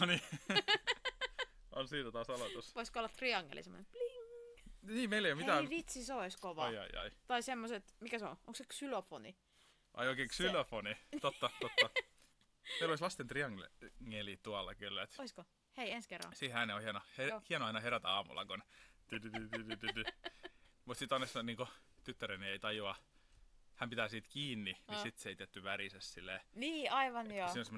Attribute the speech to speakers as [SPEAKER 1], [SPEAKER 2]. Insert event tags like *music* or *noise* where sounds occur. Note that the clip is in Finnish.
[SPEAKER 1] No niin. *laughs* on siitä taas aloitus.
[SPEAKER 2] Voisiko olla triangeli semmoinen bling?
[SPEAKER 1] Niin, meillä ei ole mitään.
[SPEAKER 2] Hei vitsi, se olisi kova.
[SPEAKER 1] Ai, ai, ai.
[SPEAKER 2] Tai semmoiset, mikä se on? Onko se xylofoni?
[SPEAKER 1] Ai oikein xylofoni. Totta,
[SPEAKER 2] *laughs*
[SPEAKER 1] totta. Meillä olisi lasten triangeli tuolla kyllä. Et
[SPEAKER 2] Oisko? Hei, ensi kerran.
[SPEAKER 1] siihen ääneen on hieno,
[SPEAKER 2] Joo.
[SPEAKER 1] he, hieno aina herätä aamulla, kun... Mutta sitten onneksi niinku, tyttäreni ei tajua, hän pitää siitä kiinni, niin
[SPEAKER 2] Aa.
[SPEAKER 1] sit se ei tietty värise silleen.
[SPEAKER 2] Niin, aivan joo.
[SPEAKER 1] Siinä on